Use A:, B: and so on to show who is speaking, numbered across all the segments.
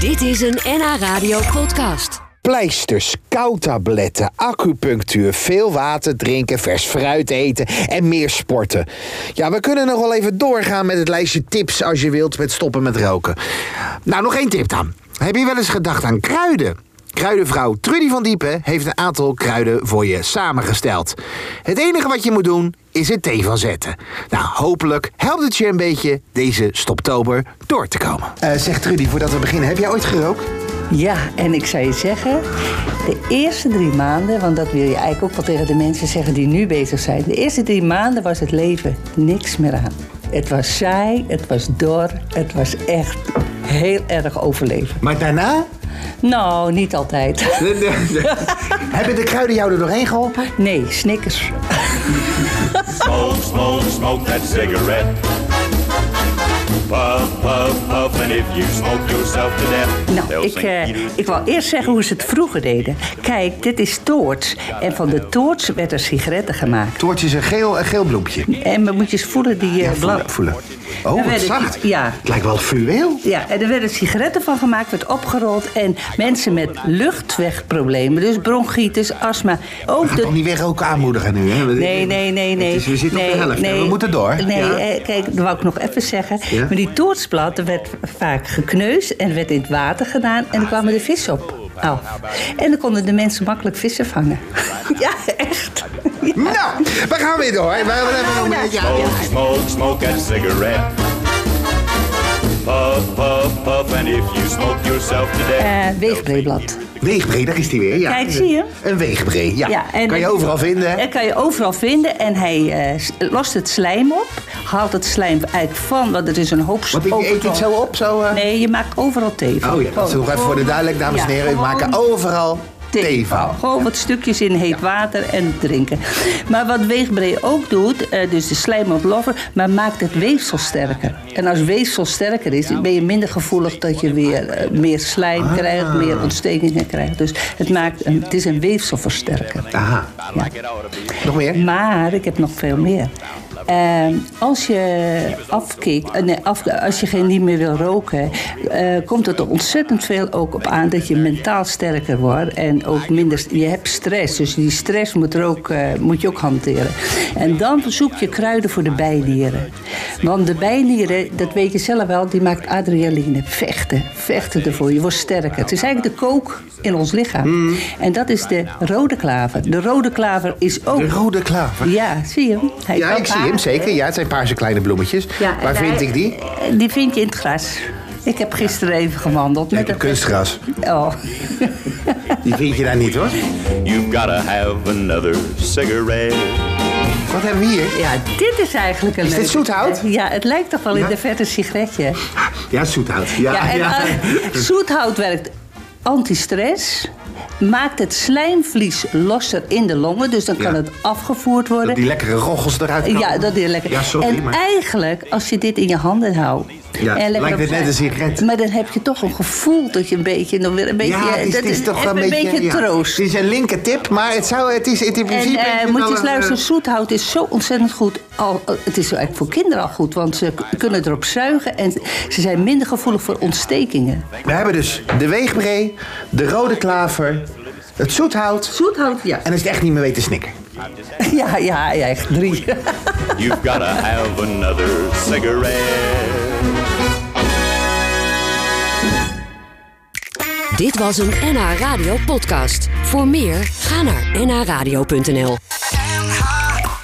A: Dit is een NH Radio podcast.
B: Pleisters, koutabletten, acupunctuur, veel water drinken, vers fruit eten en meer sporten. Ja, we kunnen nog wel even doorgaan met het lijstje tips als je wilt met stoppen met roken. Nou, nog één tip dan. Heb je wel eens gedacht aan kruiden? Kruidenvrouw Trudy van Diepen heeft een aantal kruiden voor je samengesteld. Het enige wat je moet doen is er thee van zetten. Nou, hopelijk helpt het je een beetje deze stoptober door te komen. Eh, zegt Trudy, voordat we beginnen, heb jij ooit gerookt?
C: Ja, en ik zou je zeggen, de eerste drie maanden, want dat wil je eigenlijk ook wel tegen de mensen zeggen die nu bezig zijn. De eerste drie maanden was het leven niks meer aan. Het was saai, het was dor, het was echt heel erg overleven.
B: Maar daarna?
C: Nou, niet altijd.
B: Hebben de kruiden jou er doorheen geholpen?
C: Nee, snickers.
D: Smoke, smoke, smoke that cigarette. Puff, puff, puff, and if you smoke yourself to death,
C: Nou,
D: they'll
C: ik,
D: sing
C: eh,
D: "Eaters."
C: ik wil eerst zeggen hoe ze het vroeger deden. Kijk, dit is toorts. En van de toorts werd er sigaretten gemaakt.
B: Toortje is een geel, een geel bloempje.
C: En we moet je eens voelen die eh blad.
B: Voelen, voelen.
C: Dan
B: Oh, wat
C: werd het-
B: zacht.
C: ja.
B: Het lijkt wel fluweel.
C: Ja, en er werden sigaretten van gemaakt, werd opgerold. En mensen met luchtwegproblemen, dus bronchitis, astma. Ook
B: Toch
C: de...
B: niet weer ook aanmoedigen nu, hè?
C: Nee, nee, nee, nee.
B: Het is- we zitten
C: nee,
B: op de helft, hè? we moeten door.
C: Nee,
B: Ja.
C: eh, kijk, dat wou ik nog even zeggen.
B: Ja?
C: Maar die toortsblad er werd vaak gekneusd en werd in het water gedaan. En er kwamen de vissen op. af. En dan konden de mensen makkelijk vissen vangen. ja, echt. Ja.
B: Nou, we gaan weer door. We we hebben nog een
C: Nou,
B: beetje
D: Smoke, smoke, smoke that cigarette. Puff, puff, puff, and if you smoke yourself to
C: Eh,
D: death, they'll sing
C: weegbreeblad.
B: Weegbree, daar is hij weer. Ja.
C: Kijk, zie je?
B: Een weegbree, ja.
C: en-
B: kan je overal vinden. hè?
C: Dat kan je overal vinden. En hij eh, s- lost het slijm op. Haalt het slijm uit van, want er is een hoop
B: Want ik eet dit
C: overal.
B: zo op, zo... eh?
C: Nee, je maakt overal thee van.
B: Oh ja, dat is nog even voor de duidelijk, dames en
C: Ja,
B: heren. We
C: gewoon
B: maken overal thee van.
C: Gewoon wat stukjes in heet water en drinken. Maar wat weegbree ook doet, eh, dus de slijm ontloffen, maar maakt het weefsel sterker. En als weefsel sterker is, ben je minder gevoelig dat je weer eh, meer slijm krijgt,
B: Ah.
C: meer ontstekingen krijgt. Dus het, maakt een, het is een weefselversterker.
B: Aha.
C: Ja.
B: Nog meer?
C: Maar ik heb nog veel meer. Ehm, als je afkikt, eh, nee, af, als je geen niet meer wil roken, eh, komt het er ontzettend veel ook op aan dat je mentaal sterker wordt en ook minder. Je hebt stress, dus die stress moet, er ook, eh, moet je ook hanteren. En dan zoek je kruiden voor de bijnieren, want de bijnieren, dat weet je zelf wel, die maakt adrenaline. Vechten, vechten ervoor. Je wordt sterker. Het is eigenlijk de kook in ons lichaam. En dat is de rode klaver. De rode klaver is ook
B: De rode klaver.
C: ja, zie je hem? Hij
B: Ja,
C: kan
B: ik zie hem
C: paarden.
B: zeker. Ja, het zijn paarse kleine bloemetjes.
C: Ja, en
B: Waar vind
C: hij-
B: ik die?
C: eh, Die vind je in het gras. Ik heb gisteren even gewandeld met
B: Met op kunstgras.
C: Oh.
B: Die vind je daar niet hoor.
D: You've gotta have another cigarette.
B: Wat hebben we hier?
C: Ja, dit is eigenlijk een
B: Is dit
C: leuke-
B: zoethout?
C: Ja, het lijkt toch wel
B: Ja.
C: in de verte sigaretje.
B: Ja, zoethout. Ja,
C: Ja, en
B: ja.
C: eh, zoethout werkt antistress. Maakt het slijmvlies losser in de longen, dus dan kan
B: Ja.
C: het afgevoerd worden.
B: Dat die lekkere roggels eruit komen.
C: Ja, dat is lekker.
B: Ja, sorry,
C: en
B: maar...
C: eigenlijk, als je dit in je handen houdt.
B: Ja,
C: en lekker
B: lijkt het
C: op-
B: net een sigaret.
C: Maar dan heb je toch een gevoel dat je een beetje. Nog weer een beetje
B: Ja, het is,
C: dat
B: het is toch
C: even
B: wel
C: een beetje,
B: ja.
C: troost.
B: Het is een linker tip, maar het, zou, het is het in
C: En
B: principe...
C: eh,
B: is het
C: moet
B: wel
C: je eens
B: een, eh,
C: luisteren, zoethout is zo ontzettend goed. Al, eh, het is eigenlijk voor kinderen al goed, want ze k- kunnen erop zuigen en ze zijn minder gevoelig voor ontstekingen.
B: We hebben dus de weegbree, de rode klaver, het zoethout...
C: Zoethout, ja.
B: en als je het echt niet meer weet, de snikker.
C: Ja, ja, ja, echt drie.
D: You've gotta have another cigarette.
A: Dit was een NH Radio podcast. Voor meer, ga naar nhradio.nl.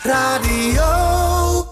E: Radio.